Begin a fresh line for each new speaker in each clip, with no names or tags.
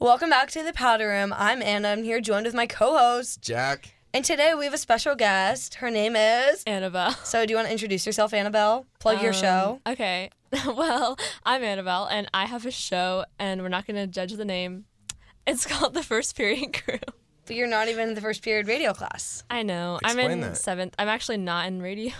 Welcome back to the Powder Room. I'm Anna. I'm here joined with my co-host,
Jack.
and today we have a special guest. Her name is.
Annabelle.
So, do you want to introduce yourself, Annabelle? Plug your show.
Um, Okay. well, I'm Annabelle, and I have a show, and we're not going to judge the name. It's called The First Period Crew.
But you're not even in the first period radio class.
I know. I'm
Explain
in
that.
seventh. I'm actually not in radio.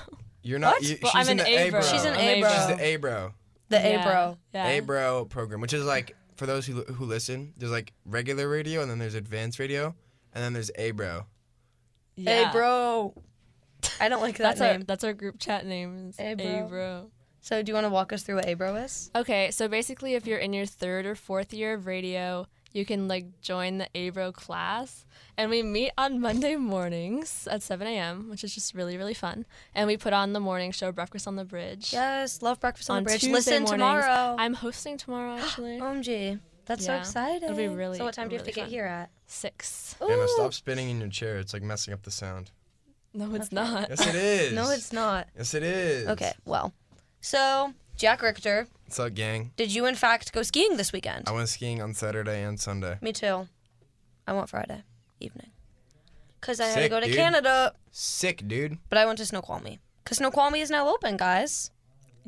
You're not.
What?
You,
Well,
she's
I'm
in
an
the
A-bro.
A-bro.
She's an
I'm
A-bro.
She's the A-bro.
The
Yeah.
A-Bro.
Yeah.
A-bro program, which is like for those who who listen, there's like regular radio and then there's advanced radio and then there's A-bro.
Yeah.
A-Bro. I don't like that
That's
name.
our that's our group chat name. It's
Hey,
hey,
bro.
bro.
So, do you want to walk us through what A-Bro is?
Okay, so basically, if you're in your third or fourth year of radio, you can like join the Abro class, and we meet on Monday mornings at 7 a.m., which is just really really fun. And we put on the morning show, Breakfast on the Bridge.
Yes, love breakfast on, the bridge.
Tuesday
Listen
mornings.
tomorrow. Oh.
I'm hosting tomorrow actually.
OMG. That's
Yeah.
so exciting.
It'll be really,
so what time do you have to
really
get
fun.
here at?
Six.
Anna,
Ooh.
stop spinning in your chair. It's like messing up the sound.
No, it's not.
Yes, it is.
No, it's not.
Yes, it is.
Okay, well. So, Jack Richter,
What's up, gang?
did you in fact go skiing this weekend?
I went skiing on Saturday and Sunday.
Me too. I want Friday evening. Because I had to
Sick,
go to
dude.
Canada,
Sick, dude.
but I went to Snoqualmie. Because Snoqualmie is now open, guys.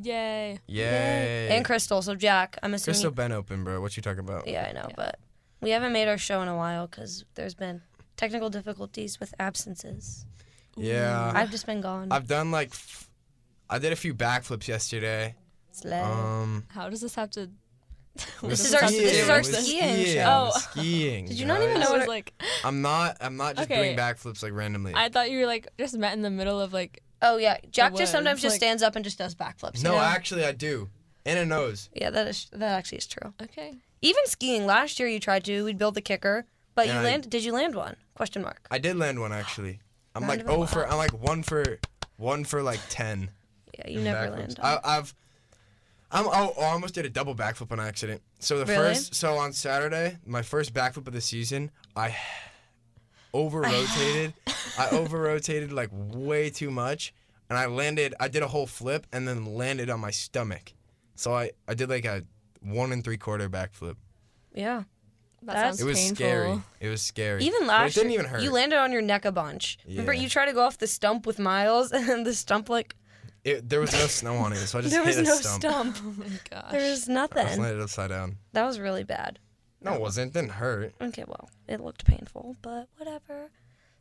Yay.
Yay.
And Crystal, so Jack, I'm assuming.
Crystal been open, bro. What you talking about?
Yeah, I know, but we haven't made our show in a while because there's been technical difficulties with absences.
Yeah.
I've just been gone.
Uh, I've done like, f- I did a few backflips yesterday.
Slay.
Um,
How does this have to? what
This
does
is our-
have to
E
this
do
is our
with this?
skiing show.
I'm
Oh.
skiing.
Did you not even
guys.
I
know-
was like,
I'm not. I'm not just
Okay.
doing backflips like randomly.
I thought you were like just met in the middle of like.
oh yeah, Jack just
was,
sometimes just
like-
stands up and just does backflips.
no,
you know?
actually, I do. Anna knows.
yeah, that is that actually is true.
Okay.
Even skiing last year, you tried to. We'd build the kicker, but you
Yeah, I-
land. Did you land one? Question mark.
I did land one actually. I'm like
Round of
oh for. I'm like one for, one for like ten.
Yeah, you never land.
backflips. I, I've. I'm, oh, I almost did a double backflip on accident. So the
Really?
first, so on Saturday, my first backflip of the season, I over rotated. I over rotated like way too much, and I landed. I did a whole flip and then landed on my stomach. So I, I did like a one and three quarter backflip.
yeah.
That
That's-
sounds
It was
painful.
scary. It was scary.
Even
But
last
it didn't
year,
even hurt.
you landed on your neck a bunch. Remember,
Yeah.
you tried to go off the stump with Miles, and the stump like
It- there was no snow on it, so I just
there
hit
was
a
no
stump.
stump.
Oh my gosh.
There was
I just
nothing.
landed upside down.
That was really bad.
No, it wasn't. It didn't hurt.
Okay, well, it looked painful, but whatever.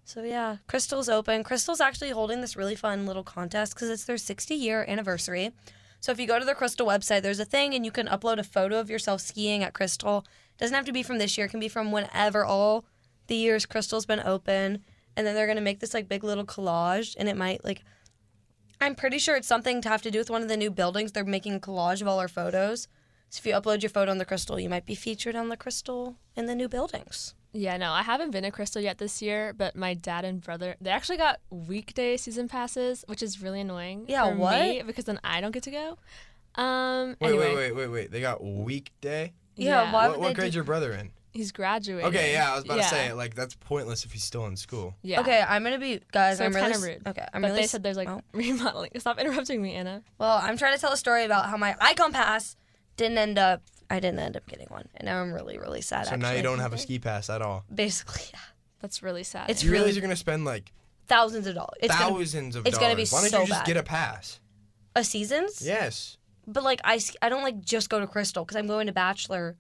So yeah, Crystal's open. Crystal's actually holding this really fun little contest because it's their 60 year anniversary. So if you go to their Crystal website, there's a thing and you can upload a photo of yourself skiing at Crystal. Doesn't have to be from this year, it can be from whenever all the years Crystal's been open. And then they're gonna make this like big little collage and it might like I'm pretty sure it's something to have to do with one of the new buildings. They're making a collage of all our photos. So if you upload your photo on the crystal, you might be featured on the crystal in the new buildings.
Yeah, no, I haven't been to Crystal yet this year, but my dad and brother they actually got weekday season passes, which is really annoying.
Yeah,
for
what?
Me, because then I don't get to go. Um,
Wait,
anyway,
wait, wait, wait, wait. They got weekday.
Yeah,
Yeah.
why
What,
would
what
they
grade's
do-
your brother in?
he's graduating.
Okay, yeah, I was about
Yeah,
to say like that's pointless if he's still in school.
Yeah.
Okay, I'm gonna be guys.
So
I'm
it's
really
kind of
s-
rude.
Okay, I'm
but
really.
they
s-
said there's like
oh.
remodeling. Stop interrupting me, Anna.
Well, I'm trying to tell a story about how my icon pass didn't end up. I didn't end up getting one, and now I'm really, really sad.
So
actually.
now you don't have a ski pass at all.
Basically, yeah.
That's really sad.
It's
Do you
really
realize you're gonna spend like
thousands of dollars. It's gonna,
1000s of
it's
dollars?
gonna be
Why don't
so
you just
bad.
get a pass?
a seasons.
Yes.
But like I, s- I don't like just go to Crystal because I'm going to Bachelor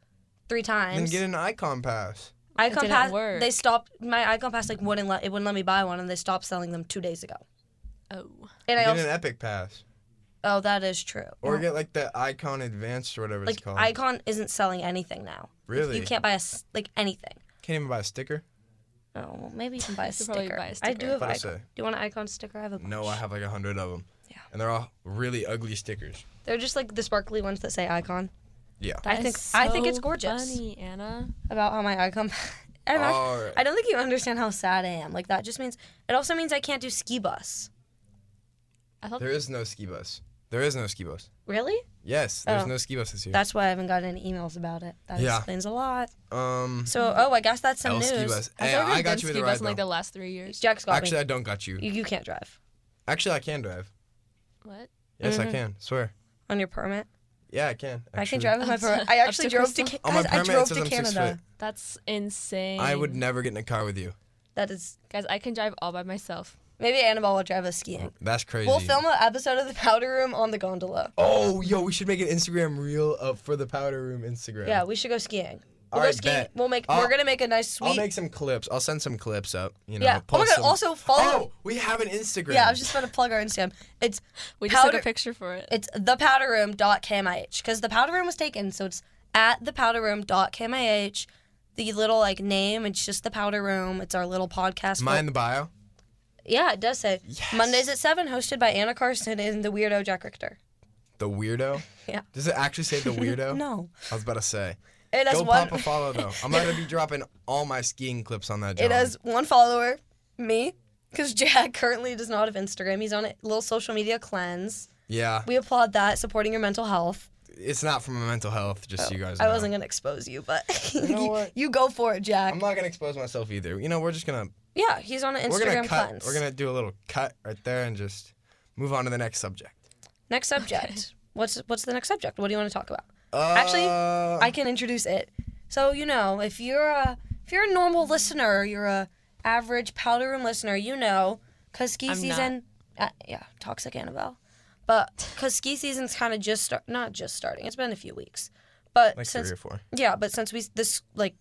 three
Then
times.
get an icon pass.
Icon
didn't
pass.
work.
They stopped my Icon pass. Like wouldn't let it wouldn't let me buy one, and they stopped selling them two days ago.
oh,
And I
get
also
an epic pass.
oh that is true.
Or get like the icon advanced or whatever
like
it's called.
Icon isn't selling anything now. Like,
Really?
you can't buy a s- like anything.
Can't even buy a sticker.
Oh, well, maybe you can buy a,
could
sticker.
probably buy a
I
sticker.
do have
What I
icon.
say?
Do you want an icon sticker? I have a bunch.
No, I have like a hundred of them.
Yeah.
And they're all really ugly stickers.
They're just like the sparkly ones that say icon.
Yeah.
I
that
think
is
I think it's
so
gorgeous.
Funny, Anna.
About how my icon. I'm act-
Alright.
I don't think you understand how sad I am. Like that just means it also means I can't do ski bus.
I thought
There is no ski bus. There is no ski bus.
Really?
Yes, there's
Oh.
no ski bus this year.
That's why I haven't gotten any emails about it. That
Yeah.
explains a lot.
um
So oh, I guess that's some
El
news.
ski bus.
I've
Hey,
never
I got
been
you with
ski
a
bus
ride
in like the
though.
last three years.
Jack's got
Actually,
me.
I don't got you.
You, you can't drive
Actually, I can drive.
What?
Yes, I can. Swear.
on your permit.
Yeah, I can.
Mm-hmm. I can
actually.
drive with my
Up to-
permit. I
up
actually
to
drove to
Crystal?
Ca-
On my
guys, I
permit, it
drove
says
to
I'm six
Canada.
foot.
That's insane.
I would never get in a car with you.
That is
Guys, I can drive all by myself.
maybe Annabelle will drive us skiing.
That's crazy.
We'll film an episode of the powder room on the gondola.
Oh, yo, we should make an Instagram reel up for the powder room Instagram.
Yeah, we should go skiing.
All
We'll go
right,
skiing.
bet.
We'll make.
I'll-
we're gonna make a nice
I'll
sweet.
make some clips. I'll send some clips up. You know.
yeah. Oh my
post
god.
some-
Also follow.
Oh, we have an Instagram.
Yeah, I was just gonna plug our Instagram. It's
We just took
Powder-
a picture for it.
it's thepowderroom.camih because the powder room was taken, so it's at thepowderroom.camih. The little like name, it's just the powder room. It's our little podcast.
Mine in the bio.
yeah, it does say Mondays at seven, hosted by Anna Carson and the weirdo Jack Richter.
The weirdo.
Yeah.
Does it actually say the weirdo?
No,
I was about to say.
it has
Go
one.
pop a follow though. I'm not gonna be dropping all my skiing clips on that.
It
John.
has one follower, me, because Jack currently does not have Instagram. He's on a little social media cleanse.
Yeah.
We applaud that, supporting your mental health.
It's not for my mental health. Just so you guys.
Oh, I
know.
wasn't gonna expose you, but you,
know what?
you go for it, Jack.
I'm not gonna expose myself either. You know, we're just gonna
yeah, he's on an
we're gonna
Instagram
cut.
cleanse.
We're gonna do a little cut right there and just move on to the next subject.
Next subject. What's what's the next subject? What do you want to talk about?
Uh,
Actually, I can introduce it. So you know, if you're a if you're a normal listener, you're a average powder room listener, you know, cause ski
I'm
season, uh, yeah, toxic Annabelle, but cause ski season's kind of just start, not just starting. It's been a few weeks, but
like
since
three or four.
yeah, but since we this like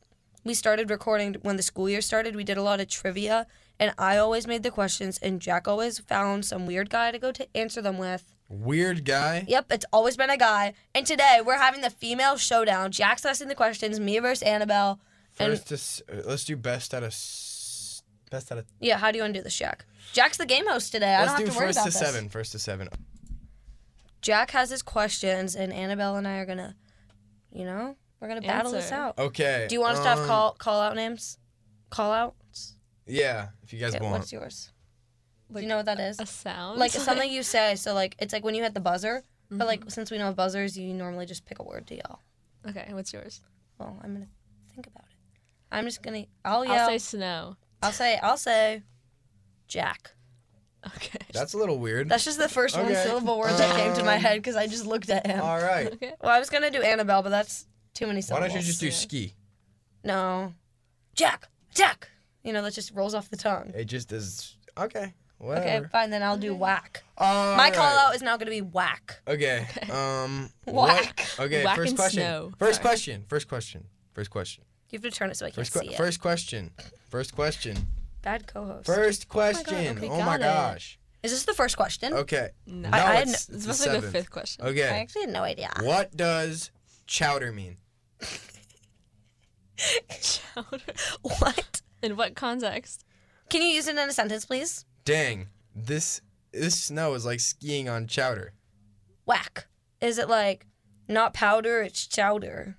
we started recording when the school year started, we did a lot of trivia, and I always made the questions, and Jack always found some weird guy to go to answer them with.
Weird guy.
Yep, it's always been a guy. And today we're having the female showdown. Jack's asking the questions, me versus Annabelle. And
First, just, uh, let's do best out of s- best out of.
yeah, how do you want to do this, Jack? Jack's the game host today. I
let's
don't
do
have to worry
first
about
to
this.
seven. First to seven.
Jack has his questions, and Annabelle and I are gonna, you know, we're gonna battle this
Answer.
out.
Okay.
Do you want us to have
um,
call call out names? Call outs.
Yeah, if you guys
Okay,
want.
what's yours? do you know what that is?
A sound?
Like it's something you say. So like it's like when you hit the buzzer. But like since we don't have buzzers, you normally just pick a word to yell.
Okay, what's yours?
Well, I'm gonna think about it. I'm just gonna. I'll yell.
I'll say snow.
I'll say I'll say Jack.
Okay.
That's a little weird.
That's just the first one
Okay.
syllable word that came to my
Um,
head because I just looked at him.
All right.
okay.
Well, I was gonna do Annabelle, but that's too many
Why
syllables.
don't you just do
Yeah.
ski?
No, Jack, Jack. You know that just rolls off the tongue.
It just is. Okay.
Okay,
Whatever.
fine. Then I'll do whack.
All
My
right.
call out is now gonna be whack.
Okay. Um.
Whack.
What? Okay.
Whack
first
and
question.
snow.
First
Sorry.
question. First question. First question.
You have to turn it so I can
First,
see
que-
it.
first question. First question.
Bad
Oh
co-host.
First question.
okay,
Oh my
got it.
gosh.
Is this the first question?
Okay.
No.
I- I had
it's
It's
the
supposed to be the
seventh.
fifth question.
I
Okay.
actually had no idea.
What does chowder mean?
What?
In what context?
Can you use it in a sentence, please?
Dang. This this snow is like skiing on chowder.
Whack. Is it like not powder? It's chowder.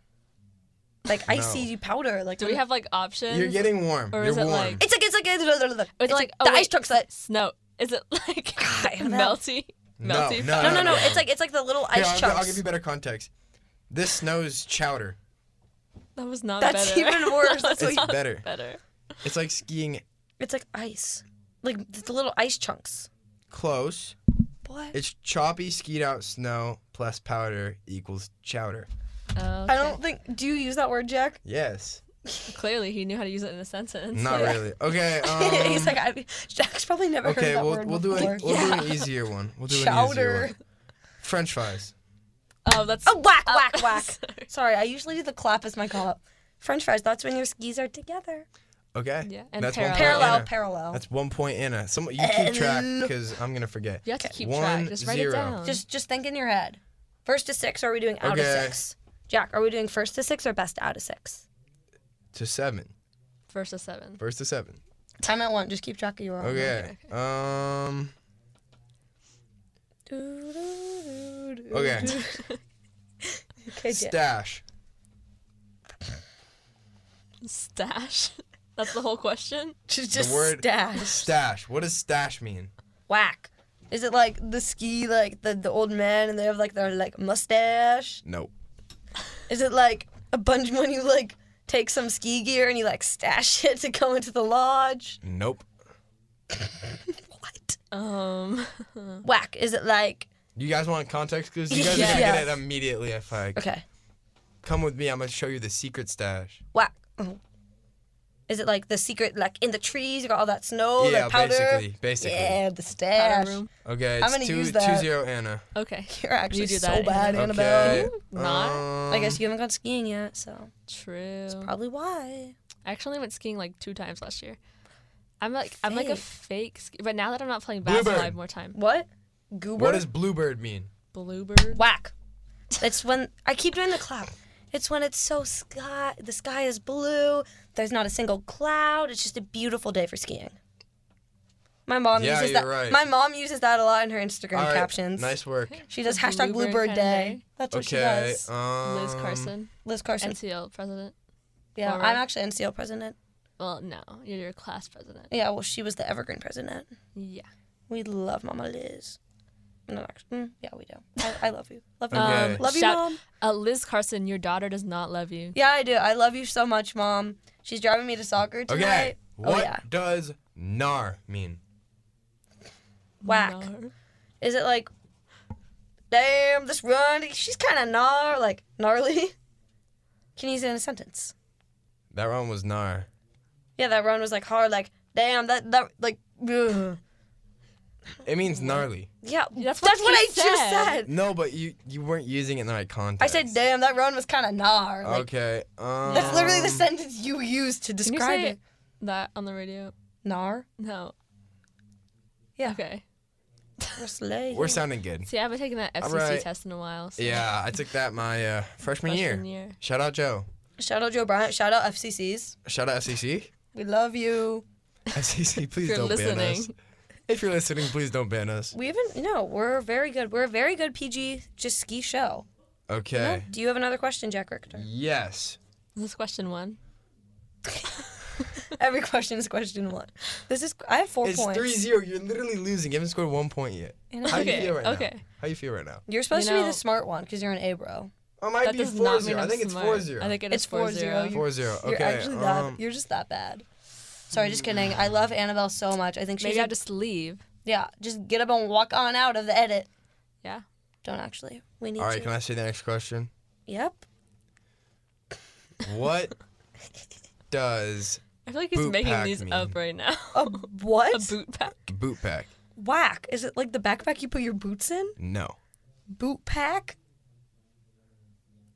Like icy powder. Like
Do
when-
we have like options?
You're getting warm.
Or
You're
is it
warm.
like-
It's like it's like it's, like-
Or is
it's
it like,
like
oh,
the
wait,
ice truck's like
snow. Is it like
God, I don't know.
melty?
No,
Melty?
no,
no no no it's like it's like the little
Here,
ice
I'll, gi-
chunks.
I'll give you better context. This snow's chowder.
That was not
That's
better.
even worse.
That
That's
was
what
not
better.
Better.
It's like skiing
It's like ice, like the little ice chunks.
close.
What?
It's choppy skied out snow plus powder equals chowder.
Oh,
I don't think. Do you use that word, Jack?
Yes.
Clearly, he knew how to use it in a sentence.
Not really. Okay. Um,
He's like, I, Jack's probably never heard
okay,
that
we'll
word
we'll do
before.
an we'll
yeah.
do an easier one. We'll do an easier
Chowder.
one. French fries.
Oh, that's.
Oh, whack,
Oh,
whack, whack.
sorry.
Sorry, I usually do the clap as my call up. French fries, that's when your skis are together.
Okay.
Yeah, and
That's One point
Parallel,
Anna.
parallel.
Oh, That's one point Anna. Some you keep track because I'm gonna forget.
You have to keep
One,
track. Just write
zero.
it down.
just just think in your head. First to six, or are we doing out of
Okay.
six? Jack, are we doing first to six or best out of six?
To seven.
Verse of seven.
First to seven.
Time at one, just keep track of your own.
Okay. Um. Okay.
Okay, Jack.
Stash.
Stash. That's the whole question.
Just, just
word-
stash.
Stash. What does stash mean?
Whack. Is it like the ski, like the, the old man, and they have like their like mustache?
Nope.
Is it like a bunch when you like take some ski gear and you like stash it to go into the lodge?
Nope.
What?
Um.
Whack. Is it like
You guys want context clues? You guys are gonna
Yes.
get it immediately if I
Okay.
come with me. I'm gonna show you the secret stash.
Whack. Oh. Is it like the secret, like in the trees? You got all that snow,
yeah,
that Oh, powder.
basically, basically.
Yeah, the
Powder
stash.
room.
Okay,
I'm
it's
gonna
two
use
two
that.
zero Anna.
Okay.
You're actually
do
so
that,
bad,
Okay. um,
Annabelle.
Not?
I guess you haven't gone skiing yet, so
True.
that's probably why.
I actually went skiing like two times last year. I'm like I'm like a fake, ski- but now that I'm not playing basketball, I
Bluebird.
have more time.
What? Goober.
What does bluebird mean?
Bluebird.
whack? It's when I keep doing the clap. It's when it's so sky. The sky is blue. There's not a single cloud. It's just a beautiful day for skiing. My mom
Yeah,
uses
you're
that.
right.
My mom uses that a lot in her Instagram
All right,
captions.
Nice work.
She does
The
hashtag
bluebird
Bluebird
kinda
Day. That's what she
Okay.
does.
Um,
Liz Carson,
Liz Carson.
NCL president.
yeah,
forward.
I'm actually NCL president.
Well, no, you're your class president.
Yeah, well, she was the Evergreen president.
Yeah.
We love Mama Liz. No, actually, mm, yeah, we do. I, I love you. Love you,
Okay.
mom. Love you,
shout-
mom.
Uh, Liz Carson, your daughter does not love you.
Yeah, I do. I love you so much, mom. She's driving me to soccer tonight.
Okay. What
Oh yeah.
does nar mean?
Whack.
No.
Is it like, damn, this run? She's kind of gnar, like gnarly. Can you use it in a sentence?
That one was nar.
Yeah, that run was like hard. Like, damn, that that like. ugh.
It means gnarly.
Yeah,
That's
that's,
what
what,
she
I
said.
just said.
No, but you you weren't using it in the right context.
I said, damn, that run was kind of gnar. Like,
Okay. Um,
That's literally the sentence you used to
Can you
describe
say
it.
that on the radio?
Gnar.
No.
Yeah.
Okay.
We're slaying.
We're sounding good.
See, I haven't taken that FCC
right.
test in a while. So
Yeah, I took that my uh, freshman, year.
freshman year.
Shout out Joe.
Shout out Joe Bryant. Shout out FCCs.
Shout out FCC.
We love you.
FCC, please
you're
don't ban us.
listening.
If you're listening, please don't ban us.
We haven't. No, we're very good. We're a very good PG just ski show.
Okay.
Do you have another question, Jack Richter?
Yes.
This is question one.
Every question is question one. This is. I have four
It's
points.
3 0. You're literally losing. You haven't scored one point yet.
And I-
How
Okay,
you feel right now?
okay.
How you feel right now?
You're supposed
You
to be
know-
the smart one because you're an A bro.
I might
That
be
does not
4
mean
0. I
I'm
think it's
smart.
4 0.
I think it
It's
is 4
4-0.
0.
4 0.
You're
Okay.
actually that.
um,
You're just that bad. Sorry, just kidding. I love Annabelle so much. I think she.
Maybe
should,
I'll just leave.
yeah, just get up and walk on out of the edit.
Yeah.
Don't actually. We need
all right,
to.
can I say the next question?
Yep.
What does
I feel like he's
Boot
making
pack
these
me.
up right now.
A what?
A boot pack.
boot pack?
Whack. Is it like the backpack you put your boots in?
No.
boot pack?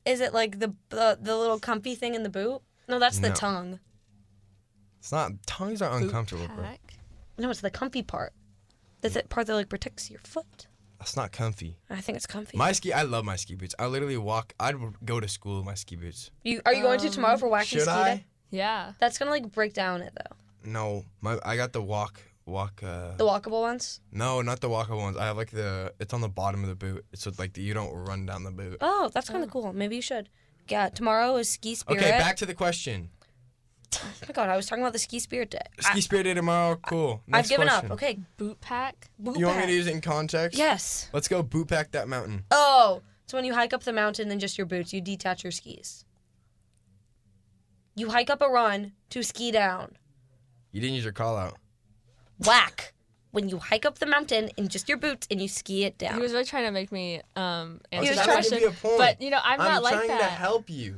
Is it like the the, the little comfy thing in the boot? No, that's the
No.
tongue.
It's not. Tongues are uncomfortable, bro.
No, it's the comfy part. That's the part that like protects your foot.
That's not comfy.
I think it's comfy.
My ski, I love my ski boots. I literally walk. I'd go to school with my ski boots.
you, are you going to tomorrow for wacky
Um, Should
ski
I?
day?
Yeah.
That's gonna like break down it though.
No, my I got the walk walk. Uh,
The walkable ones.
no, not the walker ones. I have like the. It's on the bottom of the boot. It's with, like the, you don't run down the boot.
Oh, that's kind of cool. Maybe you should. Yeah, tomorrow is Ski Spirit.
Okay, back to the question.
Oh my God, I was talking about the Ski Spirit Day. I,
Ski spirit day tomorrow. Cool.
I've given
question.
up. Okay,
Boot pack.
boot
You want me
pack.
to use it in context?
Yes.
Let's go boot pack that mountain.
Oh, so when you hike up the mountain, then just your boots, you detach your skis. You hike up a run to ski down.
You didn't use your call out.
Whack. When you hike up the mountain in just your boots and you ski it down.
He was really trying to make me um
was
answer that
trying
to
question.
give you a point.
But you know, I'm, not like
trying
that.
to help you.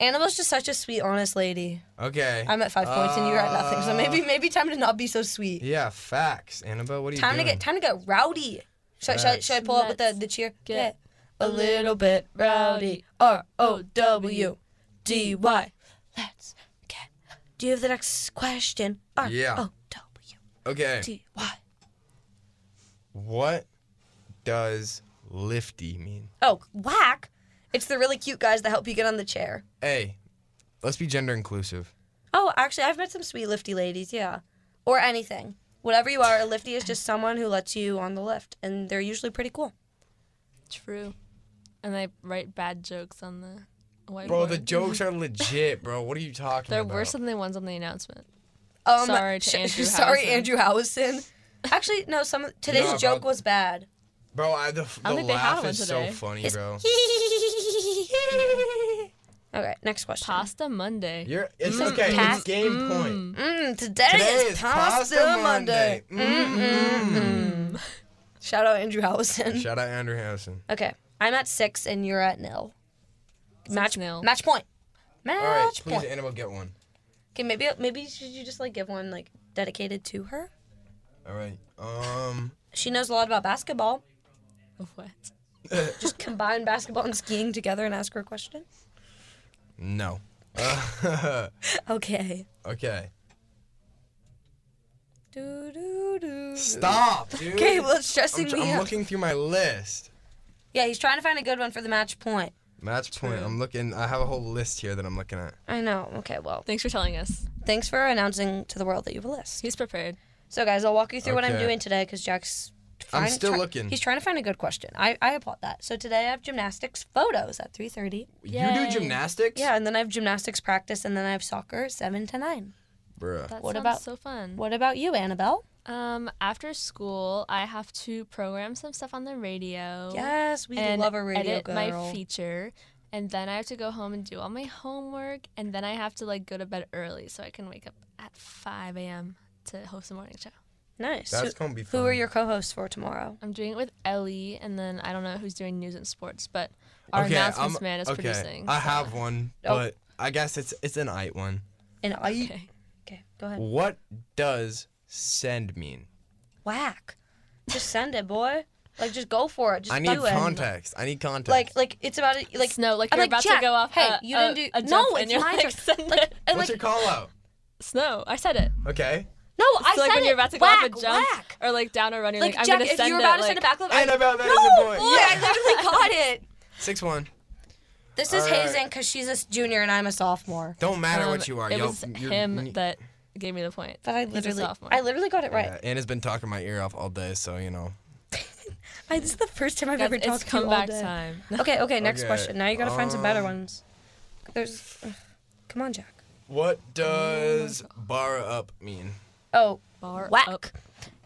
Annabelle's just such a sweet, honest lady.
Okay.
I'm at five points and you're at nothing, so
Uh,
maybe maybe time to not be so sweet.
Yeah, facts. Annabelle, what are you
Time to
doing?
get time to get rowdy. Should, should, I- should I pull up with the, the cheer?
get
a little bit rowdy. R O W D Y. Let's get. Do you have the next question? R
Yeah.
O W
okay.
D Y.
What does lifty mean?
Oh, whack! It's the really cute guys that help you get on the chair.
Hey, let's be gender inclusive.
Oh, actually, I've met some sweet lifty ladies, yeah. Or anything. Whatever you are, a lifty is just someone who lets you on the lift, and they're usually pretty cool.
True. And I write bad jokes on the whiteboard.
Bro, the jokes are legit, bro. What are you talking
They're
about?
worse than the ones on the announcement.
Um,
Sorry to Andrew
sorry,
Howison.
Andrew Howison. Actually, no. Some today's
No,
joke
bro.
was bad.
Bro, I, the, the
don't think they had
laugh
one
is
today.
so funny,
It's-
bro.
okay, next question.
Pasta Monday.
You're, it's okay.
pass-
It's game point.
Mm, today,
Today
is pasta, Monday.
Mm-mm-mm.
Shout out Andrew Howison.
Shout out Andrew Harrison.
Okay, I'm at six and you're at nil. Match
nil.
Match point. Match
All right, please,
point.
Annabelle, get one.
Okay, maybe maybe should you just like give one like dedicated to her?
All right. Um.
She knows a lot about basketball.
What?
Just combine basketball and skiing together and ask her a question.
No. Uh,
Okay.
okay.
Do do do.
Stop, dude.
Okay, well it's stressing
I'm, tr-
me
I'm
out.
looking through my list.
yeah, he's trying to find a good one for the match point.
Match point. I'm looking. I have a whole list here that I'm looking at.
I know. Okay, well,
Thanks for telling us.
thanks for announcing to the world that you have a list.
He's prepared.
So, guys, I'll walk you through what I'm
Okay.
doing today because Jack's.
I'm
find-
still
try-
looking.
He's trying to find a good question. I, I applaud that. So today I have gymnastics photos at 3:30.
You
Yay.
do gymnastics?
Yeah, and then I have gymnastics practice, and then I have soccer seven to nine.
Bruh.
That
What
sounds
about-
so fun?
What about you, Annabelle?
Um, after school, I have to program some stuff on the radio.
Yes, we
and
love a radio
edit
girl.
my feature, and then I have to go home and do all my homework, and then I have to like go to bed early so I can wake up at 5 a.m. to host the morning show.
Nice.
That's
who,
gonna be
who are
fun.
your co-hosts for tomorrow?
I'm doing it with Ellie, and then I don't know who's doing news and sports, but our announcements
I'm-
man is
okay,
producing.
I
so-
have one,
Oh.
but I guess it's it's an ite one.
And I. Okay,
Okay.
go ahead.
What does send mean?
Whack. Just send it, boy. Like, just go for it. Just
I need
do it.
context. I need context.
Like, like it's about it. Like,
Like snow, like
I'm
you're
like,
about
Jack,
to go off.
hey,
a-
you didn't
a-
do-
a
No,
jump, and
it's
you're
my
like,
turn.
send
like,
it.
and
what's
like
your call out?
Snow. I said it.
Okay.
no, I
It's like
said
when
it.
you're about to go
whack,
off a jump
Whack.
or like down a run, you're
Like,
like, I'm
Jack,
gonna
if
send
you were
it.
about to
like,
send a backflip, I
Annabelle, that is
no,
a point.
boy, I literally got it.
Six one.
This is
All right.
hazing because she's a s- junior and I'm a sophomore.
Don't matter
um,
what you are.
It
yo,
was
you're-
him
you-
that gave me the point.
But I
He's a
literally,
sophomore.
I literally got it right.
Yeah, Anna's Uh, been talking my ear off all day, so you know.
I, this is the first time I've
Guys,
ever
it's
talked to you all
comeback
day.
time.
Okay, okay. Next
Okay,
question. Now you gotta find some better
um,
ones. There's, ugh. come on, Jack.
What does bar up mean?
Oh,
Bar
whack.
up.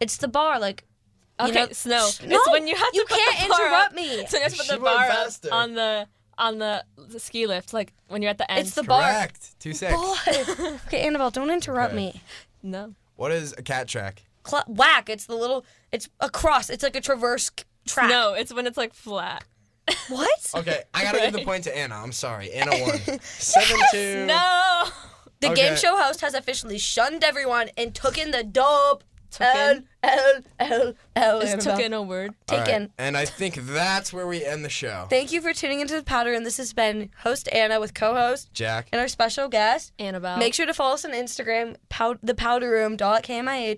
It's the bar, like. you
Okay,
know-
snow.
Sh-
it's
no,
when you have to
you
put
can't
the bar
interrupt
up.
me.
So you have to put
She
the
went
bar up
faster.
on the on the, the ski lift, like when you're at the end.
It's the bar.
Correct. Two six.
Boy. okay, Annabelle, don't interrupt
Okay.
me.
no.
What is a cat track?
Cla whack. It's the little. It's a cross. It's like a traverse c- track.
No, it's when it's like flat.
What?
Okay, I gotta give the
Right.
point to Anna. I'm sorry. Anna won. Seven two.
No.
The
Okay.
game show host has officially shunned everyone and took in the dope. L
in?
L L L.
Is
Annabelle.
took in a word.
All right,
Taken.
And I think that's where we end the show.
Thank you for tuning into the pattern. This has been host Anna with co-host
Jack.
and our special guest.
Annabelle.
Make sure to follow us on Instagram, pow- thepowderroom.kmih,